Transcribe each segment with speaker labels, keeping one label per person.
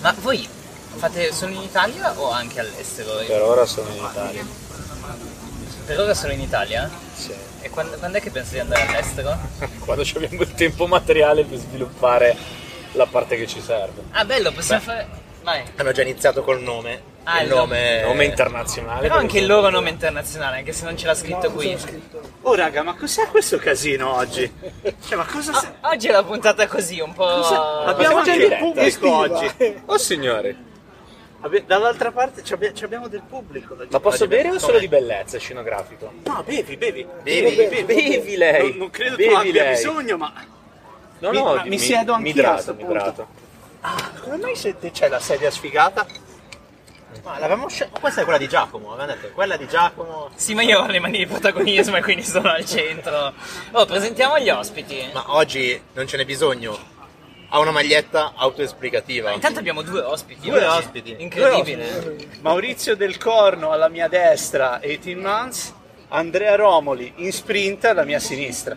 Speaker 1: Ma voi fate solo in Italia o anche all'estero?
Speaker 2: Per ora sono in Italia.
Speaker 1: Per ora solo in Italia?
Speaker 2: Sì.
Speaker 1: E quando, quando è che pensi di andare all'estero?
Speaker 2: Quando ci abbiamo il tempo materiale per sviluppare la parte che ci serve.
Speaker 1: Ah, bello, possiamo fare. Vai.
Speaker 3: Hanno già iniziato col nome.
Speaker 1: Ah,
Speaker 3: il
Speaker 1: il
Speaker 3: nome.
Speaker 2: Nome internazionale.
Speaker 1: Però anche il
Speaker 2: comunque.
Speaker 1: loro nome internazionale, anche se non ce l'ha scritto qui.
Speaker 4: Oh raga, ma cos'è questo casino oggi? Cioè, ma cosa se-
Speaker 1: Ah, oggi è la puntata così, un po'.
Speaker 4: cosa-
Speaker 2: siamo
Speaker 4: Abbiamo
Speaker 2: già
Speaker 4: anche
Speaker 2: in
Speaker 4: del
Speaker 2: diretta.
Speaker 4: pubblico oggi.
Speaker 2: Oh signore,
Speaker 4: Abbi- dall'altra parte ci abbi- ci abbiamo del pubblico.
Speaker 2: ma posso
Speaker 3: Oggi
Speaker 2: bere o
Speaker 3: come?
Speaker 2: solo Ah, di bellezza scenografico?
Speaker 4: No, bevi, bevi.
Speaker 3: Bevi,
Speaker 2: Bevi lei.
Speaker 4: Non, non credo
Speaker 2: Bevi
Speaker 4: tu abbia
Speaker 2: lei.
Speaker 4: bisogno, ma
Speaker 2: No,
Speaker 4: Mi-
Speaker 2: no,
Speaker 4: ma
Speaker 2: di-
Speaker 4: mi siedo anch'io
Speaker 2: Mi
Speaker 4: a
Speaker 2: idrato,
Speaker 4: sto
Speaker 2: mi
Speaker 4: punto.
Speaker 2: idrato.
Speaker 4: come mai se te- c'è la sedia sfigata?
Speaker 3: Ma l'avevamo scel- Questa è quella di Giacomo, avevamo detto quella di Giacomo.
Speaker 1: Sì, ma io ho le mani di protagonismo e quindi sono al centro. Oh, presentiamo gli ospiti.
Speaker 3: Ma oggi non ce n'è bisogno. Ha una maglietta autoesplicativa.
Speaker 1: Intanto abbiamo due ospiti.
Speaker 3: Due
Speaker 1: oggi.
Speaker 3: ospiti.
Speaker 1: Incredibile.
Speaker 4: Due Maurizio Del Corno alla mia destra, 18 months. Andrea Romoli in sprint alla mia sinistra.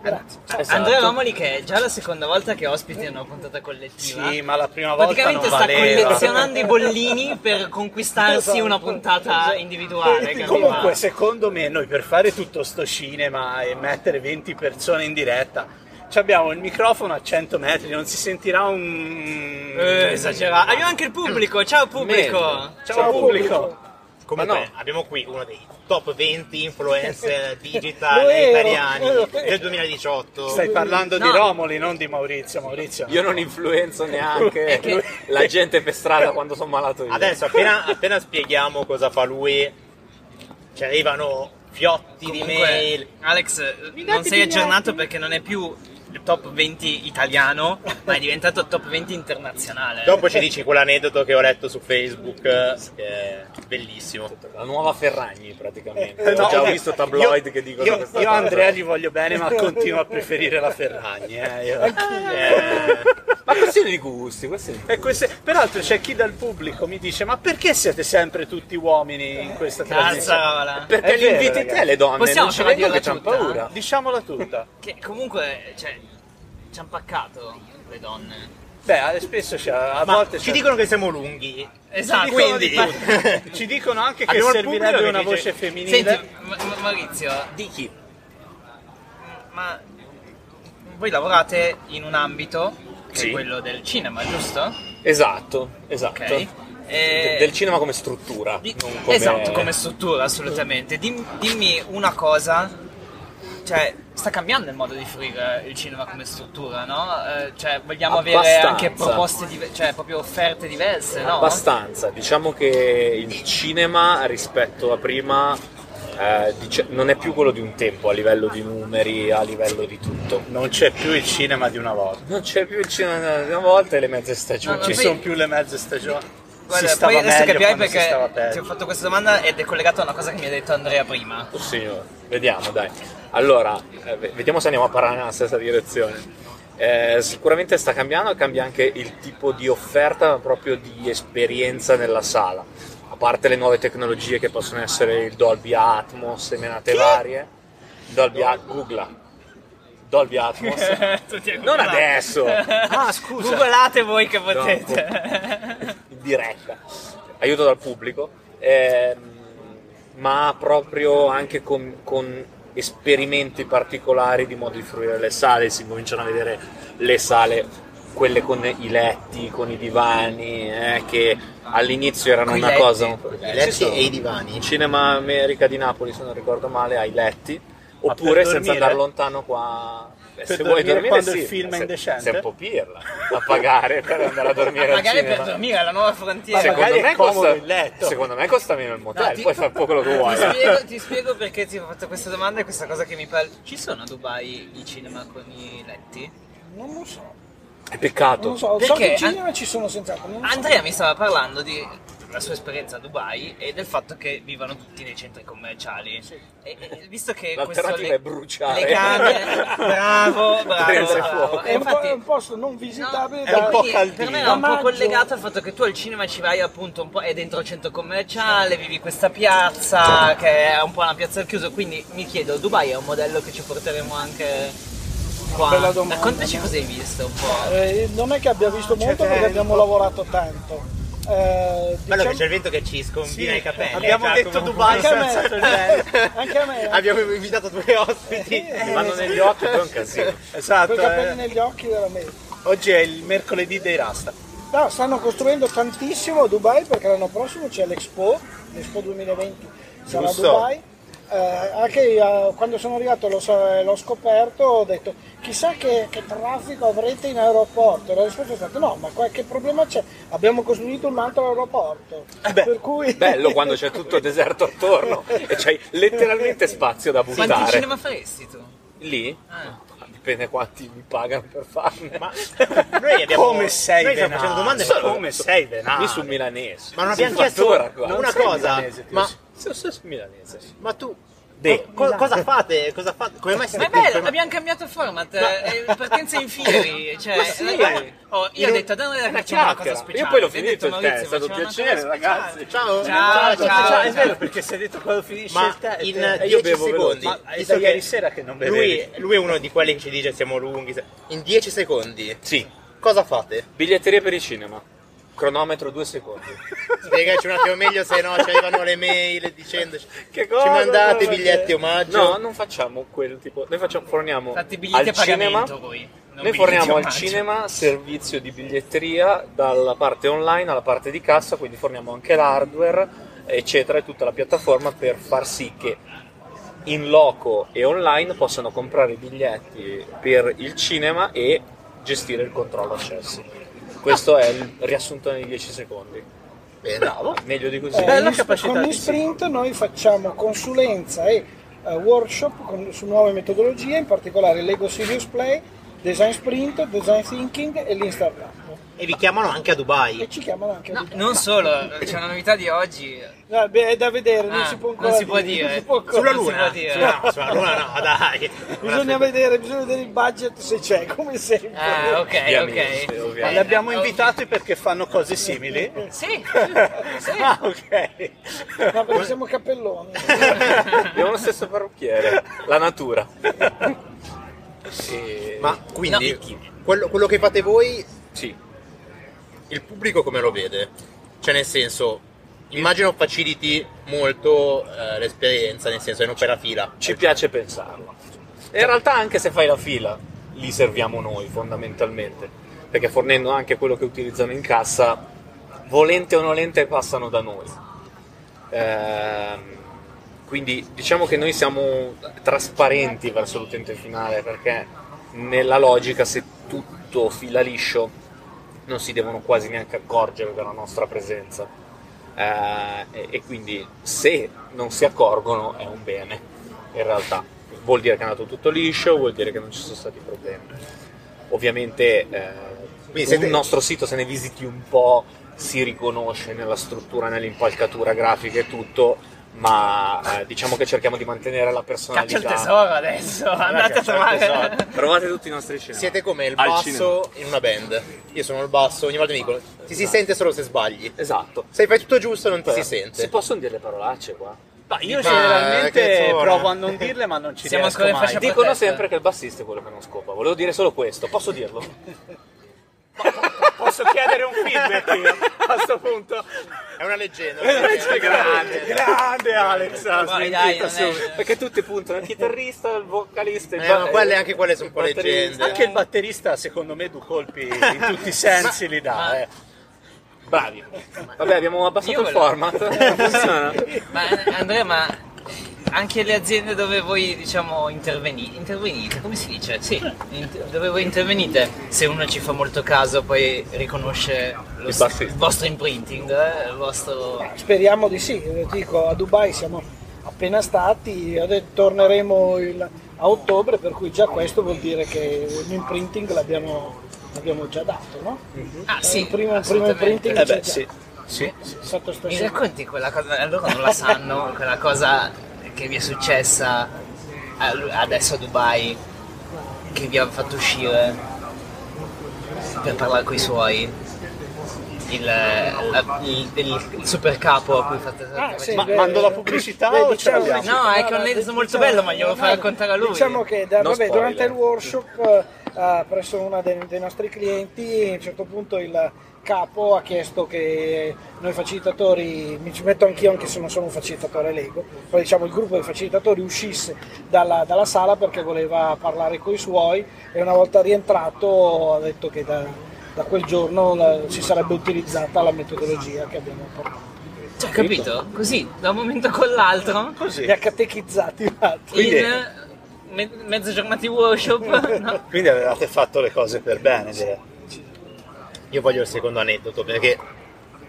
Speaker 2: Esatto.
Speaker 1: Andrea Romoli che è già la seconda volta che ospiti in una puntata collettiva.
Speaker 4: Sì, ma la prima volta non
Speaker 1: Praticamente sta
Speaker 4: valeva.
Speaker 1: collezionando i bollini per conquistarsi
Speaker 4: Esatto.
Speaker 1: una puntata individuale. capito?
Speaker 4: Comunque, secondo me, noi per fare tutto sto cinema e mettere 20 persone in diretta, ci abbiamo il microfono a 100 metri, non si sentirà un.
Speaker 1: Eh, esagerato. Abbiamo anche il pubblico. Ciao pubblico.
Speaker 2: Meglio.
Speaker 4: Ciao,
Speaker 2: Ciao,
Speaker 4: pubblico.
Speaker 3: Comunque,
Speaker 2: Ma no.
Speaker 3: abbiamo qui uno dei top 20 influencer digital italiani del 2018.
Speaker 4: Stai parlando
Speaker 1: No.
Speaker 4: di Romoli, non di Maurizio. Maurizio.
Speaker 2: Io non influenzo neanche
Speaker 1: È che-
Speaker 2: la gente per strada quando sono malato io.
Speaker 3: Adesso, appena, appena spieghiamo cosa fa lui, ci arrivano fiotti di
Speaker 1: Comunque,
Speaker 3: mail.
Speaker 1: Alex, non sei aggiornato perché non è più il top 20 italiano, ma è diventato top 20 internazionale.
Speaker 3: Dopo ci dici quell'aneddoto che ho letto su Facebook, che è bellissimo.
Speaker 2: La nuova Ferragni praticamente.
Speaker 4: Eh, no,
Speaker 2: Ho già
Speaker 4: eh,
Speaker 2: visto tabloid
Speaker 4: io-
Speaker 2: che dicono
Speaker 4: io,
Speaker 2: questa
Speaker 4: io
Speaker 2: cosa.
Speaker 4: Andrea gli voglio bene, ma continuo a preferire la Ferragni. eh, io.
Speaker 3: Eh,
Speaker 2: Ma questione di gusti, questione di
Speaker 4: E queste- peraltro c'è chi dal pubblico mi dice: Ma perché siete sempre tutti uomini in questa trasmissione?
Speaker 1: Cazzarola.
Speaker 2: Perché
Speaker 4: È
Speaker 2: li
Speaker 4: vero,
Speaker 2: inviti
Speaker 4: ragazzi.
Speaker 2: te le donne,
Speaker 1: Possiamo
Speaker 2: non ci
Speaker 1: farla
Speaker 2: vengono che
Speaker 1: dirla
Speaker 2: c'hanno
Speaker 1: tutta?
Speaker 2: paura.
Speaker 4: Diciamola tutta.
Speaker 1: Che comunque, cioè, ci hanno paccato le donne.
Speaker 4: Beh, eh, spesso c'è, a
Speaker 3: ma
Speaker 4: volte
Speaker 3: ci
Speaker 4: c'è-
Speaker 3: dicono che siamo lunghi.
Speaker 1: Esatto.
Speaker 4: dicono
Speaker 3: Quindi,
Speaker 4: di fare- Ah, ci dicono anche che
Speaker 3: Abbiamo il
Speaker 4: servirebbe
Speaker 3: pubblico
Speaker 4: una
Speaker 3: che dice-
Speaker 4: voce femminile.
Speaker 1: Senti, Ma- Ma- Maurizio,
Speaker 2: Di chi?
Speaker 1: ma voi lavorate in un ambito, che
Speaker 2: Sì.
Speaker 1: è quello del cinema, giusto?
Speaker 2: Esatto, esatto.
Speaker 1: Ok. Eh,
Speaker 2: Del cinema come struttura,
Speaker 1: di-
Speaker 2: non come... eh.
Speaker 1: Esatto, come struttura, assolutamente. Dim- dimmi una cosa. Cioè, sta cambiando il modo di fruire il cinema come struttura, no? Eh, cioè, vogliamo avere
Speaker 2: Abbastanza.
Speaker 1: anche proposte, dive- cioè, proprio offerte diverse, no?
Speaker 2: Abbastanza, diciamo che il cinema rispetto a prima eh, dice- non è più quello di un tempo a livello di numeri, a livello di tutto.
Speaker 4: Non c'è più il cinema di una volta.
Speaker 2: Non c'è più il cinema di una volta e le mezze stagioni.
Speaker 1: No, no,
Speaker 4: Ci
Speaker 1: poi-
Speaker 4: sono più le mezze stagioni.
Speaker 1: Guarda,
Speaker 4: si stava
Speaker 1: poi adesso
Speaker 4: meglio
Speaker 1: capirai
Speaker 4: quando si stava
Speaker 1: perché ti ho
Speaker 4: peggio.
Speaker 1: fatto questa domanda ed è collegato a una cosa che mi ha detto Andrea prima.
Speaker 2: Oh, signore, vediamo dai. Allora, eh, ve- vediamo se andiamo a parlare nella stessa direzione. Eh, sicuramente sta cambiando, cambia anche il tipo di offerta, ma proprio di esperienza nella sala. A parte le nuove tecnologie che possono essere il Dolby Atmos e menate varie. Dolby Atmos, Google. Dolby Atmos.
Speaker 1: Tutti a
Speaker 2: Non
Speaker 1: googlare.
Speaker 2: adesso. Ah, scusa. Ah,
Speaker 1: Googlate voi che potete.
Speaker 2: in diretta, aiuto dal pubblico, ehm, ma proprio anche con, con esperimenti particolari di modo di fruire le sale, si cominciano a vedere le sale, quelle con i letti, con i divani, eh, che all'inizio erano
Speaker 1: Coi
Speaker 2: una
Speaker 1: letti.
Speaker 2: cosa... un po'-
Speaker 3: I
Speaker 2: Sì,
Speaker 3: letti
Speaker 2: sì.
Speaker 3: e i divani.
Speaker 2: In Cinema America di Napoli, se non ricordo male, ai letti,
Speaker 4: Ma
Speaker 2: oppure senza
Speaker 4: per dormire?
Speaker 2: andare lontano qua... Beh,
Speaker 4: Per
Speaker 2: se vuoi
Speaker 4: dormire
Speaker 2: dormire
Speaker 4: quando
Speaker 2: sì,
Speaker 4: il film è
Speaker 2: se-
Speaker 4: indecente?
Speaker 2: Sei un po' pirla da pagare per andare a dormire al
Speaker 1: Magari
Speaker 2: cinema.
Speaker 1: per dormire alla nuova
Speaker 4: Ma
Speaker 1: frontiera.
Speaker 4: Secondo magari è comodo
Speaker 2: costa,
Speaker 4: il letto.
Speaker 2: Secondo me costa meno il motel,
Speaker 1: No, ti-
Speaker 2: puoi fare un po' quello che
Speaker 1: Ti
Speaker 2: vuoi. eh.
Speaker 1: spiego, ti spiego perché ti ho fatto questa domanda e questa cosa che mi pare. Ci sono a Dubai i cinema con i letti?
Speaker 5: Non lo so.
Speaker 2: È peccato.
Speaker 5: Non lo so, so
Speaker 1: Perché?
Speaker 5: che in cinema ci sono
Speaker 4: Ah,
Speaker 5: senz'altro. non lo so.
Speaker 1: Andrea mi stava parlando della sua esperienza a Dubai e del fatto che vivono tutti nei centri commerciali. E, e visto che questo
Speaker 2: L'alternativa
Speaker 1: le-
Speaker 2: è bruciare.
Speaker 1: legame- bravo, bravo,
Speaker 2: Presa e
Speaker 1: bravo.
Speaker 2: fuoco.
Speaker 1: E
Speaker 5: È un, po- è
Speaker 1: infatti
Speaker 5: un posto non visitabile
Speaker 4: è
Speaker 5: da-
Speaker 4: un po'
Speaker 1: Quindi, Per
Speaker 4: caldino.
Speaker 1: me era un
Speaker 5: Da
Speaker 1: po'
Speaker 5: maggio.
Speaker 1: collegato al fatto che tu al cinema ci vai appunto un po' è dentro il centro commerciale, vivi questa piazza che è un po' una piazza al chiuso, quindi mi chiedo Dubai è un modello che ci porteremo anche qua.
Speaker 5: Bella domanda.
Speaker 1: Raccontaci cosa hai visto un po'.
Speaker 5: Eh, non è che abbia visto
Speaker 4: Cioè,
Speaker 5: molto
Speaker 4: eh,
Speaker 5: perché abbiamo lavorato tanto.
Speaker 3: Bello
Speaker 5: Eh,
Speaker 3: che
Speaker 5: diciamo-
Speaker 3: c'è il vento che ci scombina i capelli.
Speaker 4: abbiamo
Speaker 3: eh,
Speaker 4: detto
Speaker 3: Giacomo.
Speaker 4: Dubai
Speaker 5: anche a
Speaker 4: cioè,
Speaker 5: me,
Speaker 4: senza cervello.
Speaker 5: anche a me. eh,
Speaker 3: Abbiamo invitato due ospiti.
Speaker 4: Eh,
Speaker 2: Ti vanno
Speaker 1: eh.
Speaker 2: negli occhi, poi è un casino.
Speaker 4: Esatto,
Speaker 5: Con i capelli
Speaker 4: eh.
Speaker 5: negli occhi veramente.
Speaker 4: oggi è il mercoledì dei Rasta.
Speaker 5: No, stanno costruendo tantissimo a Dubai perché l'anno prossimo c'è l'Expo, l'Expo 2020 sarà
Speaker 2: Giusto.
Speaker 5: a Dubai. Eh, anche io, eh, quando sono arrivato l'ho, sa- l'ho scoperto, ho detto chissà che, che traffico avrete in aeroporto. La risposta è stata no, ma qualche problema c'è. Abbiamo costruito un altro aeroporto. per cui...
Speaker 2: Bello quando c'è tutto il deserto attorno e c'hai letteralmente spazio da
Speaker 1: Quanti
Speaker 2: buttare.
Speaker 1: cinema faresti tu?
Speaker 2: Lì?
Speaker 1: Ah.
Speaker 2: Dipende quanti mi pagano per farne. Ma
Speaker 3: Noi abbiamo,
Speaker 4: Come sei
Speaker 3: noi stiamo
Speaker 4: venato?
Speaker 3: facendo domande,
Speaker 4: Sono-
Speaker 3: ma,
Speaker 4: come sei venato?
Speaker 2: Io sono milanese.
Speaker 3: ma non
Speaker 2: Si
Speaker 3: abbiamo chiesto
Speaker 2: fattura qua.
Speaker 3: una
Speaker 4: sei
Speaker 3: cosa.
Speaker 4: milanese, ti
Speaker 3: Ma,
Speaker 4: sei-
Speaker 2: Sì, sì, sono milanese.
Speaker 3: ma tu
Speaker 4: De.
Speaker 3: co- co- cosa fate? Cosa fate? Come mai
Speaker 1: Ma
Speaker 3: siete
Speaker 1: è
Speaker 3: qui?
Speaker 1: bello,
Speaker 3: Come-
Speaker 1: abbiamo cambiato format, eh, partenza in fieri. Cioè,
Speaker 2: Ma sì.
Speaker 1: guarda, oh, io
Speaker 2: In
Speaker 1: ho
Speaker 2: un-
Speaker 1: detto, dai,
Speaker 2: una
Speaker 1: ragazzi, facciamo una cosa
Speaker 2: chiacchiera.
Speaker 1: speciale.
Speaker 2: Io poi l'ho
Speaker 1: Ti ho detto,
Speaker 2: finito il
Speaker 1: Maurizio,
Speaker 2: tè, è stato un
Speaker 1: facciamo una
Speaker 2: piacere
Speaker 1: cosa
Speaker 2: ragazzi.
Speaker 3: Ciao.
Speaker 1: Ciao, ciao.
Speaker 4: Cioè, è vero perché si è detto quando finisce
Speaker 3: Ma
Speaker 4: il tè,
Speaker 3: in
Speaker 4: te-
Speaker 2: Eh, io
Speaker 3: 10
Speaker 2: bevo
Speaker 3: secondi,
Speaker 2: veloce.
Speaker 4: Ma è
Speaker 3: visto
Speaker 4: da
Speaker 3: che
Speaker 4: ieri sera che non bevevi.
Speaker 3: lui, lui è uno di quelli che ci dice siamo lunghi. se- In 10 secondi,
Speaker 2: Sì,
Speaker 3: cosa fate?
Speaker 2: biglietteria per il cinema. Cronometro due secondi.
Speaker 3: Spiegaci un attimo meglio, se no ci arrivano le mail dicendoci
Speaker 2: Che cosa,
Speaker 3: ci mandate i
Speaker 2: guarda
Speaker 3: biglietti
Speaker 2: che-
Speaker 3: omaggio.
Speaker 2: No, non facciamo quel tipo. Noi facciamo, forniamo
Speaker 1: Fate i biglietti
Speaker 2: al
Speaker 1: a pagamento
Speaker 2: cinema-
Speaker 1: voi. non
Speaker 2: Noi
Speaker 1: biglietti
Speaker 2: forniamo al
Speaker 1: omaggio.
Speaker 2: cinema servizio di biglietteria dalla parte online alla parte di cassa, quindi forniamo anche l'hardware, eccetera, e tutta la piattaforma per far sì che in loco e online possano comprare i biglietti per il cinema e gestire il controllo accessi. Questo è il riassunto nei 10 secondi.
Speaker 3: Bene.
Speaker 2: Bravo, meglio di così.
Speaker 5: Eh,
Speaker 4: Bella
Speaker 5: in-
Speaker 4: capacità
Speaker 5: con
Speaker 4: di
Speaker 5: gli sprint noi facciamo consulenza e eh, workshop con- su nuove metodologie, in particolare Lego Serious Play, Design Sprint, Design Thinking e Lean Startup.
Speaker 3: E vi chiamano anche a Dubai.
Speaker 5: E ci chiamano anche
Speaker 1: No,
Speaker 5: di-
Speaker 1: non solo, c'è una novità di oggi.
Speaker 5: No, beh, è da vedere, non
Speaker 1: Ah,
Speaker 5: si può
Speaker 1: non
Speaker 5: ancora
Speaker 1: si può dire.
Speaker 5: non si può ancora
Speaker 3: Sulla
Speaker 1: Non si
Speaker 3: luna?
Speaker 1: può dire.
Speaker 3: Sulla, no, sulla luna no, dai.
Speaker 5: Bisogna vedere, bisogna vedere il budget se c'è, come sempre.
Speaker 1: Ah, ok,
Speaker 2: Ovviamente,
Speaker 1: ok.
Speaker 2: ovviamente.
Speaker 4: Ma li abbiamo
Speaker 1: Eh,
Speaker 4: invitati perché fanno cose simili?
Speaker 1: Sì, sì.
Speaker 4: Ah, ok.
Speaker 5: No, perché siamo cappelloni.
Speaker 2: Abbiamo lo stesso parrucchiere, la natura. E-
Speaker 3: Ma quindi,
Speaker 1: No.
Speaker 3: quello, quello che fate voi,
Speaker 2: sì,
Speaker 3: il pubblico come lo vede? Cioè nel senso, immagino faciliti molto eh, l'esperienza, nel senso che non fai la fila.
Speaker 2: ci piace pensarlo. E in realtà anche se fai la fila, li serviamo noi fondamentalmente, perché fornendo anche quello che utilizzano in cassa, volente o nolente passano da noi. Ehm, quindi diciamo che noi siamo trasparenti verso l'utente finale, perché nella logica se tutto fila liscio non si devono quasi neanche accorgere della nostra presenza. Eh, e, e quindi se non si accorgono è un bene, in realtà. Vuol dire che è andato tutto liscio, vuol dire che non ci sono stati problemi. Ovviamente eh,
Speaker 3: Quindi
Speaker 2: sul
Speaker 3: siete-
Speaker 2: nostro sito, se ne visiti un po', si riconosce nella struttura, nell'impalcatura grafica e tutto, ma eh, diciamo che cerchiamo di mantenere la
Speaker 1: Caccia
Speaker 2: personalità.
Speaker 1: il tesoro adesso, andate a
Speaker 2: Caccia il
Speaker 1: trovare.
Speaker 2: tesoro. Provate tutti i nostri cinema.
Speaker 3: Siete come il
Speaker 2: Al
Speaker 3: basso in una band. Io sono il basso, ogni volta mi dicono ti si sente solo se sbagli.
Speaker 2: Esatto.
Speaker 3: Se fai tutto giusto non ti si
Speaker 2: Però,
Speaker 3: sente.
Speaker 2: Si possono dire le parolacce qua?
Speaker 4: Ma io
Speaker 3: Ma che
Speaker 4: generalmente
Speaker 3: zona.
Speaker 4: provo a non dirle, ma non ci
Speaker 1: Siamo
Speaker 4: riesco
Speaker 1: ancora in
Speaker 4: mai.
Speaker 1: fascia-
Speaker 2: Dicono
Speaker 1: protesta.
Speaker 2: sempre che il bassista è quello che non scopa. Volevo dire solo questo, posso dirlo?
Speaker 4: Posso chiedere un feedback io, a questo punto?
Speaker 3: È una leggenda.
Speaker 2: Eh, cioè,
Speaker 3: Eh,
Speaker 4: grande, grande Alex, ha
Speaker 1: Vai,
Speaker 4: smentito
Speaker 1: dai, non è-
Speaker 4: subito.
Speaker 2: Perché tutti puntano il chitarrista, il vocalista, il
Speaker 3: Eh,
Speaker 2: ba-
Speaker 3: ma quelle anche quelle sono un po'
Speaker 2: batterista.
Speaker 3: leggende.
Speaker 4: Anche il batterista, secondo me, due colpi in tutti i sensi li dà. eh.
Speaker 2: Bravi. Vabbè, abbiamo abbassato
Speaker 1: Io
Speaker 2: il
Speaker 1: volevo-
Speaker 2: format. Funziona.
Speaker 1: Ma eh, Andrea, ma anche le aziende dove voi diciamo interveni- intervenite, come si dice? Sì, int- dove voi intervenite, se uno ci fa molto caso poi riconosce lo
Speaker 2: Il
Speaker 1: s-
Speaker 2: bassista.
Speaker 1: il vostro imprinting, eh, il vostro...
Speaker 5: Speriamo di sì, eh, dico, a Dubai siamo appena stati, ade- torneremo il- a ottobre, per cui già questo vuol dire che un imprinting l'abbiamo, l'abbiamo già dato, no?
Speaker 1: Ah
Speaker 5: Il
Speaker 1: sì,
Speaker 5: primo- il primo
Speaker 1: assolutamente.
Speaker 5: imprinting
Speaker 4: Mhm. Eh beh,
Speaker 5: c'è già.
Speaker 4: sì. sì.
Speaker 5: È stato stasera.
Speaker 1: Mi racconti quella cosa, eh, loro non la sanno, quella cosa che vi è successa a- adesso a Dubai, che vi ha fatto uscire per parlare coi suoi. il, la- il- il- il super capo a cui fate
Speaker 5: Ah, sì,
Speaker 4: Ma-
Speaker 5: beh,
Speaker 4: mando la pubblicità o ce
Speaker 5: diciamo-
Speaker 4: l'abbiamo?
Speaker 1: No, è che è un aneddoto molto bello, ma glielo fai raccontare a lui.
Speaker 5: Diciamo che da-
Speaker 2: Non
Speaker 5: vabbè,
Speaker 2: spoiler.
Speaker 5: durante il workshop eh, eh, presso uno dei, dei nostri clienti, a un certo punto il capo ha chiesto che noi facilitatori, mi ci metto anch'io anche se non sono un facilitatore Lego, poi diciamo il gruppo dei facilitatori uscisse dalla, dalla sala perché voleva parlare con i suoi e una volta rientrato ha detto che da, da quel giorno la- si sarebbe utilizzata la metodologia che abbiamo portato.
Speaker 1: Cioè,
Speaker 5: certo.
Speaker 1: capito? Così, da un momento con l'altro,
Speaker 4: Così.
Speaker 5: Li ha catechizzati un attimo.
Speaker 4: Quindi-
Speaker 1: in me- mezza giornata di workshop, no?
Speaker 4: Quindi avevate fatto le cose per bene, direi.
Speaker 3: Io voglio il secondo aneddoto perché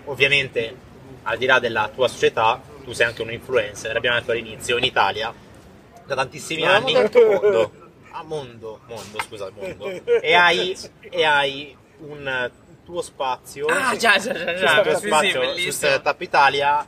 Speaker 3: ovviamente al di là della tua società tu sei anche un influencer, l'abbiamo detto all'inizio in Italia da tantissimi
Speaker 4: Non
Speaker 3: anni
Speaker 4: l'abbiamo detto mondo.
Speaker 3: a Ah, mondo, mondo, scusa, al mondo. E hai, e hai un tuo spazio
Speaker 1: Ah, già, già, già,
Speaker 3: C'è
Speaker 1: già.
Speaker 3: stato
Speaker 1: sì, sì,
Speaker 3: spazio su
Speaker 1: bellissimo.
Speaker 3: Startup Italia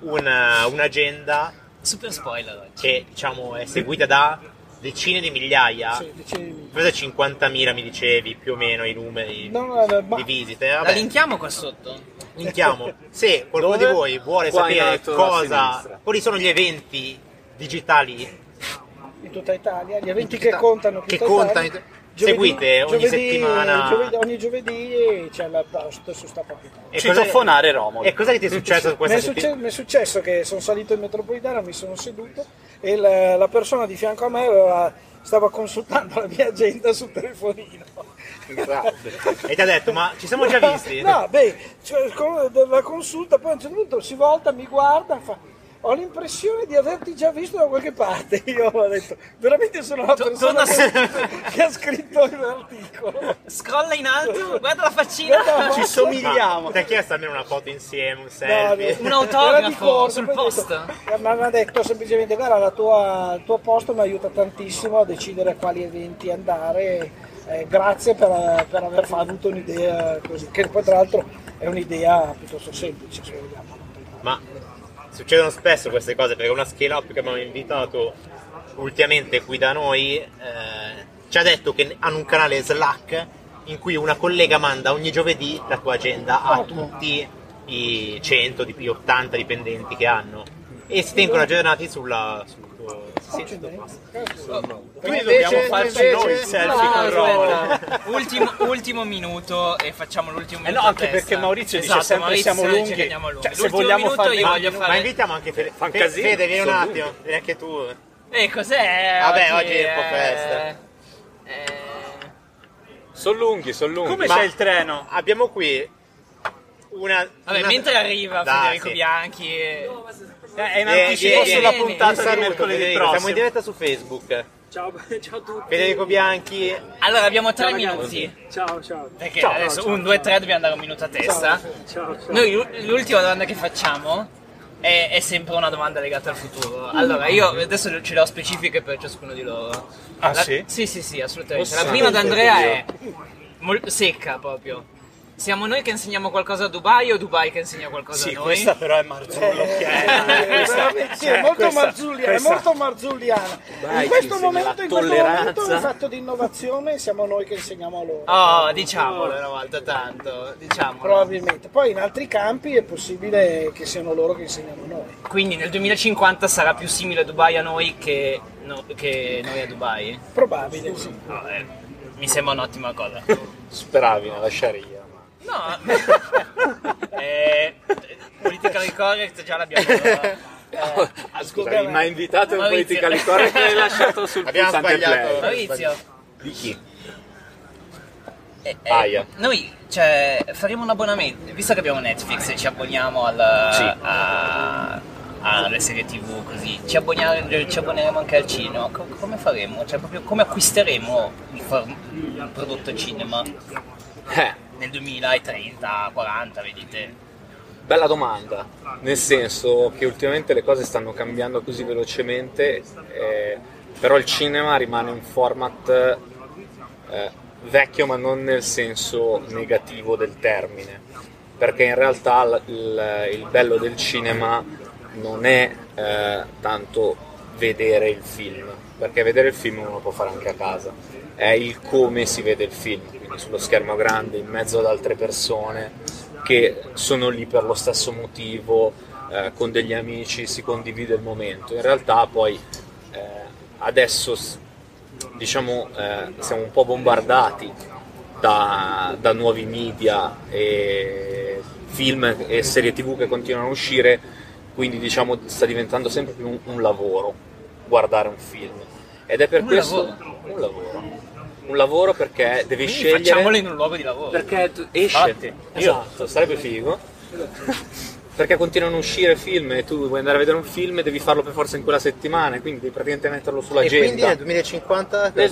Speaker 3: una- un'agenda
Speaker 1: Super spoiler oggi.
Speaker 3: che diciamo è seguita da decine di migliaia,
Speaker 5: Sì, dicevi.
Speaker 3: forse 50.000 mi dicevi più o meno i numeri
Speaker 5: No, no, no, ma-
Speaker 3: di visite.
Speaker 1: La
Speaker 3: Vabbè,
Speaker 1: linkiamo qua sotto?
Speaker 3: linkiamo. Se qualcuno
Speaker 2: Dove?
Speaker 3: di voi vuole
Speaker 2: Qua in
Speaker 3: sapere
Speaker 2: alto a sinistra.
Speaker 3: cosa, quali sono gli eventi digitali
Speaker 5: in tutta Italia, gli eventi
Speaker 3: tutta-
Speaker 5: che contano in
Speaker 3: che
Speaker 5: tutta
Speaker 3: contano,
Speaker 5: Italia.
Speaker 3: seguite ogni settimana.
Speaker 5: giovedì- ogni giovedì eh, c'è la post su sta Italia.
Speaker 3: e cosa-
Speaker 4: Citofonare Romolo.
Speaker 3: E cosa che ti è successo
Speaker 5: Mi
Speaker 3: questa
Speaker 5: è, succe-
Speaker 3: settimana?
Speaker 5: mi è successo che sono salito in metropolitana, mi sono seduto e la, la persona di fianco a me aveva- stava consultando la mia agenda sul telefonino.
Speaker 3: E ti ha detto, ma ci siamo già visti? Ah,
Speaker 5: No, beh, cioè, con- la consulta, poi a un certo punto si volta, mi guarda, fa... Ho l'impressione di averti già visto da qualche parte. Io ho detto, veramente sono la
Speaker 1: To-
Speaker 5: persona
Speaker 1: torna-
Speaker 5: che, che ha scritto l'articolo.
Speaker 1: Scrolla in alto, guarda la
Speaker 5: Guarda
Speaker 1: faccina.
Speaker 5: la
Speaker 4: Ci somigliamo.
Speaker 3: Ti ha chiesto almeno una foto insieme, un
Speaker 5: No,
Speaker 3: selfie?
Speaker 5: no.
Speaker 1: Un autografo
Speaker 5: Era di corso,
Speaker 1: sul
Speaker 5: poi ho
Speaker 1: post.
Speaker 5: detto- eh, Ma mi ha detto semplicemente: Guarda, la tua- il tuo posto mi aiuta tantissimo a decidere a quali eventi andare. eh, grazie per, per aver fa- avuto un'idea così, che poi tra l'altro è un'idea piuttosto semplice. Se vogliamo.
Speaker 3: Ma succedono spesso queste cose perché una scale up che abbiamo invitato ultimamente qui da noi eh, ci ha detto che hanno un canale Slack in cui una collega manda ogni giovedì la tua agenda a tutti i 100, di- i 80 dipendenti che hanno e si tengono aggiornati sulla, sul tuo sì, sul tuo post.
Speaker 4: Quindi
Speaker 3: Invece-
Speaker 4: dobbiamo farci
Speaker 3: invece-
Speaker 4: noi il selfie
Speaker 1: No,
Speaker 4: con Romolo.
Speaker 1: aspetta. ultimo, ultimo minuto e facciamo l'ultimo
Speaker 4: Eh
Speaker 1: minuto.
Speaker 4: no, anche
Speaker 1: a testa.
Speaker 4: perché Maurizio dice
Speaker 1: Esatto,
Speaker 4: sempre
Speaker 1: Maurizio
Speaker 4: siamo
Speaker 1: dice
Speaker 4: lunghi.
Speaker 1: che andiamo lunghi.
Speaker 4: Cioè, se
Speaker 1: L'ultimo
Speaker 4: vogliamo
Speaker 1: minuto
Speaker 4: fare-
Speaker 1: io
Speaker 4: Ma-
Speaker 1: voglio
Speaker 3: Ma
Speaker 1: fare.
Speaker 3: invitiamo anche Fede,
Speaker 2: Fan
Speaker 3: Fe-
Speaker 2: casino,
Speaker 3: Fede, vieni un
Speaker 2: sono
Speaker 3: attimo, vieni anche tu.
Speaker 1: Eh, cos'è?
Speaker 3: Vabbè, oggi è un po' festa.
Speaker 1: eh,
Speaker 2: Sono lunghi, sono lunghi.
Speaker 4: Come
Speaker 3: Ma-
Speaker 4: c'è il treno?
Speaker 3: Abbiamo qui una...
Speaker 1: Vabbè,
Speaker 3: una-
Speaker 1: mentre arriva
Speaker 3: Dai,
Speaker 1: Federico
Speaker 3: sì.
Speaker 1: Bianchi e...
Speaker 4: Eh, È in
Speaker 3: Vieni,
Speaker 4: anticipo
Speaker 3: vieni,
Speaker 4: sulla
Speaker 1: vieni.
Speaker 4: puntata
Speaker 3: Saluto,
Speaker 4: di mercoledì
Speaker 3: Federico, Siamo in
Speaker 4: prossimo.
Speaker 3: diretta su Facebook. Ciao, tutti. Federico Bianchi.
Speaker 1: Allora, abbiamo tre minuti.
Speaker 6: Ciao, ciao.
Speaker 1: Perché adesso un, due, tre dobbiamo andare un minuto a testa.
Speaker 6: Ciao, ciao.
Speaker 1: Noi l'u- l'ultima domanda che facciamo è, è sempre una domanda legata al futuro. Allora, io adesso ce le ho specifiche per ciascuno di loro.
Speaker 4: Ah,
Speaker 1: La-
Speaker 4: sì?
Speaker 1: Sì, sì, sì, assolutamente.
Speaker 2: Oh,
Speaker 1: La
Speaker 2: santo
Speaker 1: prima da Andrea
Speaker 2: Dio.
Speaker 1: è mol- secca proprio. Siamo noi che insegniamo qualcosa a Dubai o Dubai che insegna qualcosa
Speaker 4: Sì,
Speaker 1: a noi?
Speaker 4: questa però è Marzullo che è. Questa-
Speaker 5: Sì, è molto
Speaker 4: questa-
Speaker 5: marzulliana,
Speaker 4: questa-
Speaker 5: è molto marzulliana.
Speaker 2: Dai,
Speaker 5: in
Speaker 2: ci
Speaker 5: questo
Speaker 2: insegna
Speaker 5: momento,
Speaker 2: la
Speaker 5: in questo
Speaker 2: tolleranza.
Speaker 5: momento, il fatto di innovazione siamo noi che insegniamo a loro.
Speaker 1: Oh, diciamolo una volta tanto, diciamolo.
Speaker 5: Probabilmente. Poi in altri campi è possibile che siano loro che insegnano a noi.
Speaker 1: Quindi nel 2050 sarà più simile Dubai a noi che, no- che noi a Dubai?
Speaker 5: Probabile, sì.
Speaker 2: eh.
Speaker 1: Vabbè, mi sembra un'ottima cosa.
Speaker 2: Speravi nella sciaria. ma-
Speaker 1: No, eh, politically correct già l'abbiamo. eh,
Speaker 2: Ah, Scusami, mi ha invitato in
Speaker 1: Maurizio.
Speaker 2: politically correct e l'hai lasciato sul
Speaker 3: Abbiamo
Speaker 2: pulsante
Speaker 3: sbagliato.
Speaker 2: play.
Speaker 1: Maurizio,
Speaker 2: Di chi?
Speaker 1: eh, eh,
Speaker 2: Aia.
Speaker 1: noi cioè, faremo un abbonamento, visto che abbiamo Netflix e ci abboniamo al,
Speaker 2: Sì.
Speaker 1: a- alle serie tv così, ci, abboniamo- ci abboneremo anche al cinema, Co- come faremo? Cioè, proprio come acquisteremo il, for- il prodotto cinema
Speaker 2: Eh,
Speaker 1: nel 2030, 40, vedete?
Speaker 2: bella domanda. Nel senso che ultimamente le cose stanno cambiando così velocemente, eh, però il cinema rimane un format eh, vecchio, ma non nel senso negativo del termine. Perché in realtà l- il, il bello del cinema non è eh, tanto vedere il film, perché vedere il film uno lo può fare anche a casa. è il come si vede il film, quindi sullo schermo grande, in mezzo ad altre persone, che sono lì per lo stesso motivo, eh, con degli amici si condivide il momento. In realtà poi eh, adesso s- diciamo eh, siamo un po' bombardati da, da nuovi media e film e serie tv che continuano a uscire, quindi diciamo sta diventando sempre più un, un lavoro guardare un film. Ed è per
Speaker 1: Un
Speaker 2: questo
Speaker 1: lavoro.
Speaker 2: un lavoro. Un lavoro perché devi
Speaker 1: Quindi
Speaker 2: scegliere
Speaker 1: facciamolo in un luogo di lavoro.
Speaker 2: perché tu- esce
Speaker 1: Infatti.
Speaker 2: esatto sarebbe figo perché continuano a uscire film e tu vuoi andare a vedere un film e devi farlo per forza in quella settimana quindi devi praticamente metterlo
Speaker 3: E quindi
Speaker 2: sull'agenda
Speaker 3: nel 2050
Speaker 2: nel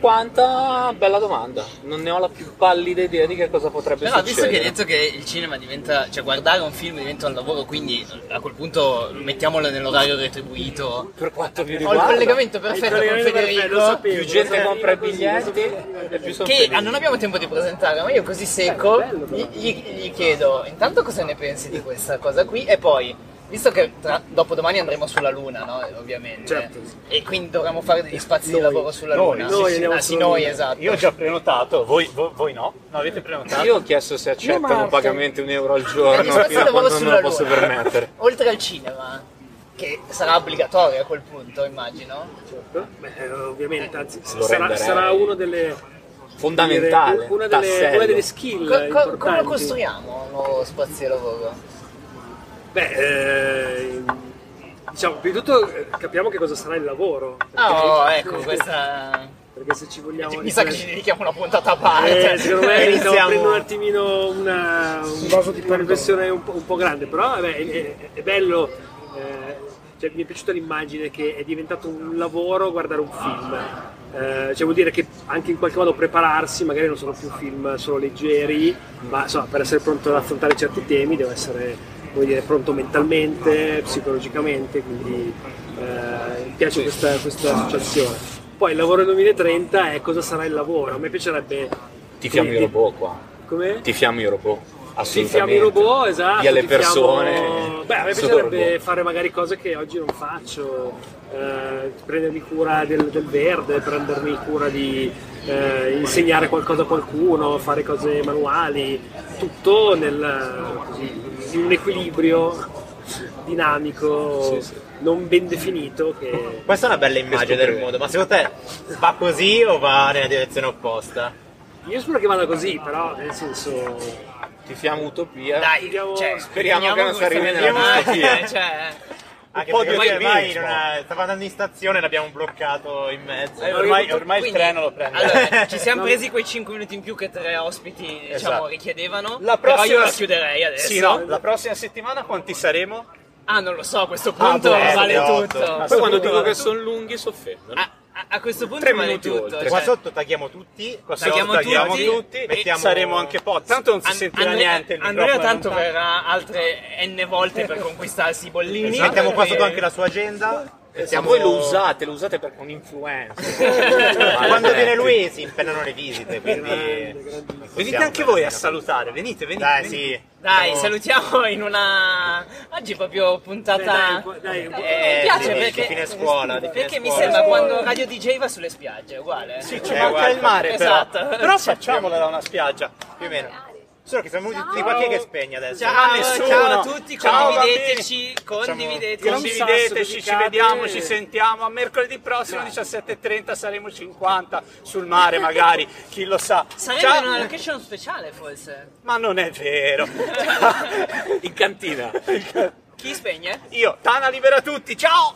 Speaker 2: 2050 bella domanda non ne ho la più pallida idea di che cosa potrebbe
Speaker 1: Però visto
Speaker 2: succedere
Speaker 1: che hai detto che il cinema diventa, cioè guardare un film diventa un lavoro, quindi a quel punto mettiamolo nell'orario retribuito.
Speaker 2: per quanto mi
Speaker 1: Ho il
Speaker 2: riguarda
Speaker 1: collegamento perfetto con Federico.
Speaker 2: più gente compra i biglietti e più sono
Speaker 1: Che ah,
Speaker 2: felici.
Speaker 1: non abbiamo tempo di presentare, ma io così secco gli, gli- gli chiedo intanto cosa ne pensi di questa cosa qui e poi, visto che tra, dopodomani andremo sulla Luna, no? Ovviamente.
Speaker 6: Certo.
Speaker 1: E quindi dovremo fare degli spazi di lavoro sulla
Speaker 4: Noi,
Speaker 1: Luna.
Speaker 4: noi
Speaker 1: Sì, sì,
Speaker 6: andiamo
Speaker 1: ah, sì,
Speaker 6: sulla
Speaker 1: noi,
Speaker 6: Luna.
Speaker 1: esatto.
Speaker 4: Io ho già prenotato, voi, voi- voi no? Non avete prenotato?
Speaker 2: io ho chiesto se
Speaker 5: Io,
Speaker 2: accettano
Speaker 5: Marco.
Speaker 2: pagamenti un euro al
Speaker 1: Gli spazi
Speaker 2: giorno fino a
Speaker 1: di lavoro
Speaker 2: quando non
Speaker 1: sulla
Speaker 2: lo posso
Speaker 1: Luna.
Speaker 2: permettere
Speaker 1: Oltre al cinema, che sarà obbligatorio a quel punto, immagino.
Speaker 6: Beh, eh, ovviamente, anzi,
Speaker 2: Lo
Speaker 6: sarà,
Speaker 2: renderei.
Speaker 6: sarà uno delle
Speaker 2: fondamentale
Speaker 6: una delle, una
Speaker 2: tassello.
Speaker 6: delle
Speaker 1: Co- co-
Speaker 6: skill.
Speaker 1: come lo
Speaker 6: importanti.
Speaker 1: costruiamo un nuovo spazio di lavoro?
Speaker 6: Beh, eh, diciamo, prima di tutto eh, capiamo che cosa sarà il lavoro.
Speaker 1: Ah,
Speaker 6: Perché-
Speaker 1: oh, ecco, questa.
Speaker 6: Perché se ci vogliamo...
Speaker 1: Mi sa che ci dedichiamo una puntata a parte.
Speaker 6: Eh, secondo me
Speaker 3: Iniziamo.
Speaker 6: stiamo prendendo un attimino una, un-
Speaker 5: vaso di
Speaker 6: una
Speaker 5: Pandora.
Speaker 6: riflessione un po', un po' grande, però vabbè, è, è- è bello, eh, cioè, mi è piaciuta l'immagine che è diventato un lavoro guardare un film. Eh, cioè vuol dire che anche in qualche modo prepararsi, magari non sono più film solo leggeri, ma insomma, per essere pronto ad affrontare certi temi devo essere come dire, pronto mentalmente, psicologicamente, quindi eh, mi piace questa, questa associazione. Poi il lavoro del 2030 è cosa sarà il lavoro, a me piacerebbe...
Speaker 2: ti fiammo i
Speaker 6: come-
Speaker 2: robot qua
Speaker 6: Come?
Speaker 2: ti fiammi i robot
Speaker 6: Sì,
Speaker 2: assolutamente
Speaker 6: fiammi i robot, esatto.
Speaker 2: Via le
Speaker 6: ti fiammo-
Speaker 2: persone
Speaker 6: Beh, a me
Speaker 2: solo
Speaker 6: piacerebbe
Speaker 2: robot.
Speaker 6: fare magari cose che oggi non faccio, eh, prendermi cura del, del verde, prendermi cura di eh, insegnare qualcosa a qualcuno, fare cose manuali, tutto nel, così, in un equilibrio dinamico,
Speaker 2: Sì, sì.
Speaker 6: non ben definito. Che...
Speaker 3: Questa è una bella immagine del
Speaker 2: scoprire.
Speaker 3: mondo, ma secondo te va così o va nella direzione opposta?
Speaker 6: Io spero che vada così, però nel senso...
Speaker 2: ti fiamo utopia
Speaker 1: Dai,
Speaker 6: Speriamo-
Speaker 1: cioè,
Speaker 2: speriamo che non si arrivi
Speaker 1: nella
Speaker 2: nella distopia.
Speaker 1: cioè,
Speaker 3: Anche
Speaker 2: po'
Speaker 3: perché
Speaker 2: di
Speaker 3: ormai
Speaker 2: ottimismo.
Speaker 3: non ha- stava andando in stazione e l'abbiamo bloccato in mezzo.
Speaker 4: Eh, ormai, ormai il
Speaker 1: quindi-
Speaker 4: treno lo prende.
Speaker 1: Allora, ci siamo presi quei 5 minuti in più che tre ospiti diciamo,
Speaker 4: Esatto.
Speaker 1: richiedevano.
Speaker 4: La
Speaker 1: Però io
Speaker 4: prossima-
Speaker 1: la chiuderei
Speaker 3: eh,
Speaker 1: adesso.
Speaker 4: Sì, no? La prossima settimana quanti saremo?
Speaker 1: Ah, non lo so, a questo punto
Speaker 3: boh,
Speaker 1: vale
Speaker 3: eh,
Speaker 1: tutto.
Speaker 3: otto.
Speaker 2: poi quando dico che
Speaker 6: eh.
Speaker 2: sono lunghi si offendono
Speaker 6: Ah,
Speaker 1: A, a- a questo punto
Speaker 2: Tre
Speaker 1: vale
Speaker 2: minuti
Speaker 1: tutto.
Speaker 2: oltre.
Speaker 3: Qua
Speaker 1: cioè,
Speaker 3: sotto tagliamo tutti, qua sotto
Speaker 1: Tagliamo
Speaker 4: Siamo
Speaker 1: Sì,
Speaker 4: tutti e saremo anche po'. Tanto non si
Speaker 1: An-
Speaker 4: sentirà
Speaker 1: Andrea-
Speaker 4: niente il
Speaker 1: Andrea
Speaker 4: microfono
Speaker 1: tanto
Speaker 4: lontano.
Speaker 1: verrà altre n volte per conquistarsi i bollini.
Speaker 3: Ci mettiamo qua
Speaker 1: perché-
Speaker 3: sotto anche la sua agenda.
Speaker 2: se
Speaker 3: mettiamo-
Speaker 2: voi lo usate lo usate per un'influenza
Speaker 3: Quando viene lui si impennano le visite, quindi...
Speaker 4: Venite anche voi a salutare, venite, venite.
Speaker 3: Dai,
Speaker 4: venite.
Speaker 3: sì.
Speaker 1: Dai,
Speaker 3: Siamo-
Speaker 1: salutiamo in una. Oggi proprio puntata.
Speaker 6: Beh, dai, un po'- dai, un po'.
Speaker 1: Eh, mi
Speaker 3: Eh,
Speaker 1: piace
Speaker 3: sì, di-
Speaker 1: perché.
Speaker 3: Di fine scuola. di fine
Speaker 1: Perché mi
Speaker 3: scuola.
Speaker 1: sembra quando Radio DJ va sulle spiagge, è uguale.
Speaker 4: Sì, ci
Speaker 3: Eh,
Speaker 4: manca
Speaker 3: guarda.
Speaker 4: il mare
Speaker 1: Esatto.
Speaker 4: però. Però facciamola da una spiaggia.
Speaker 3: Più o meno. Solo che siamo tutti qua, chi è che spegne adesso?
Speaker 1: Ciao,
Speaker 4: nessuno.
Speaker 1: ciao a tutti,
Speaker 4: Ciao,
Speaker 1: condivideteci, condivideteci.
Speaker 4: Condivideteci, ci vediamo, ci sentiamo. A mercoledì prossimo 17.30 saremo 50 sul mare magari, chi lo sa.
Speaker 1: Saremo
Speaker 4: Ciao.
Speaker 1: in una location speciale forse.
Speaker 4: Ma non è vero. Ciao.
Speaker 2: in cantina
Speaker 1: Chi spegne?
Speaker 4: Io, Tana libera tutti, ciao!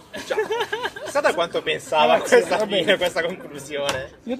Speaker 3: Chissà da quanto pensava
Speaker 5: Grazie,
Speaker 3: questa
Speaker 5: va bene.
Speaker 3: fine, questa conclusione.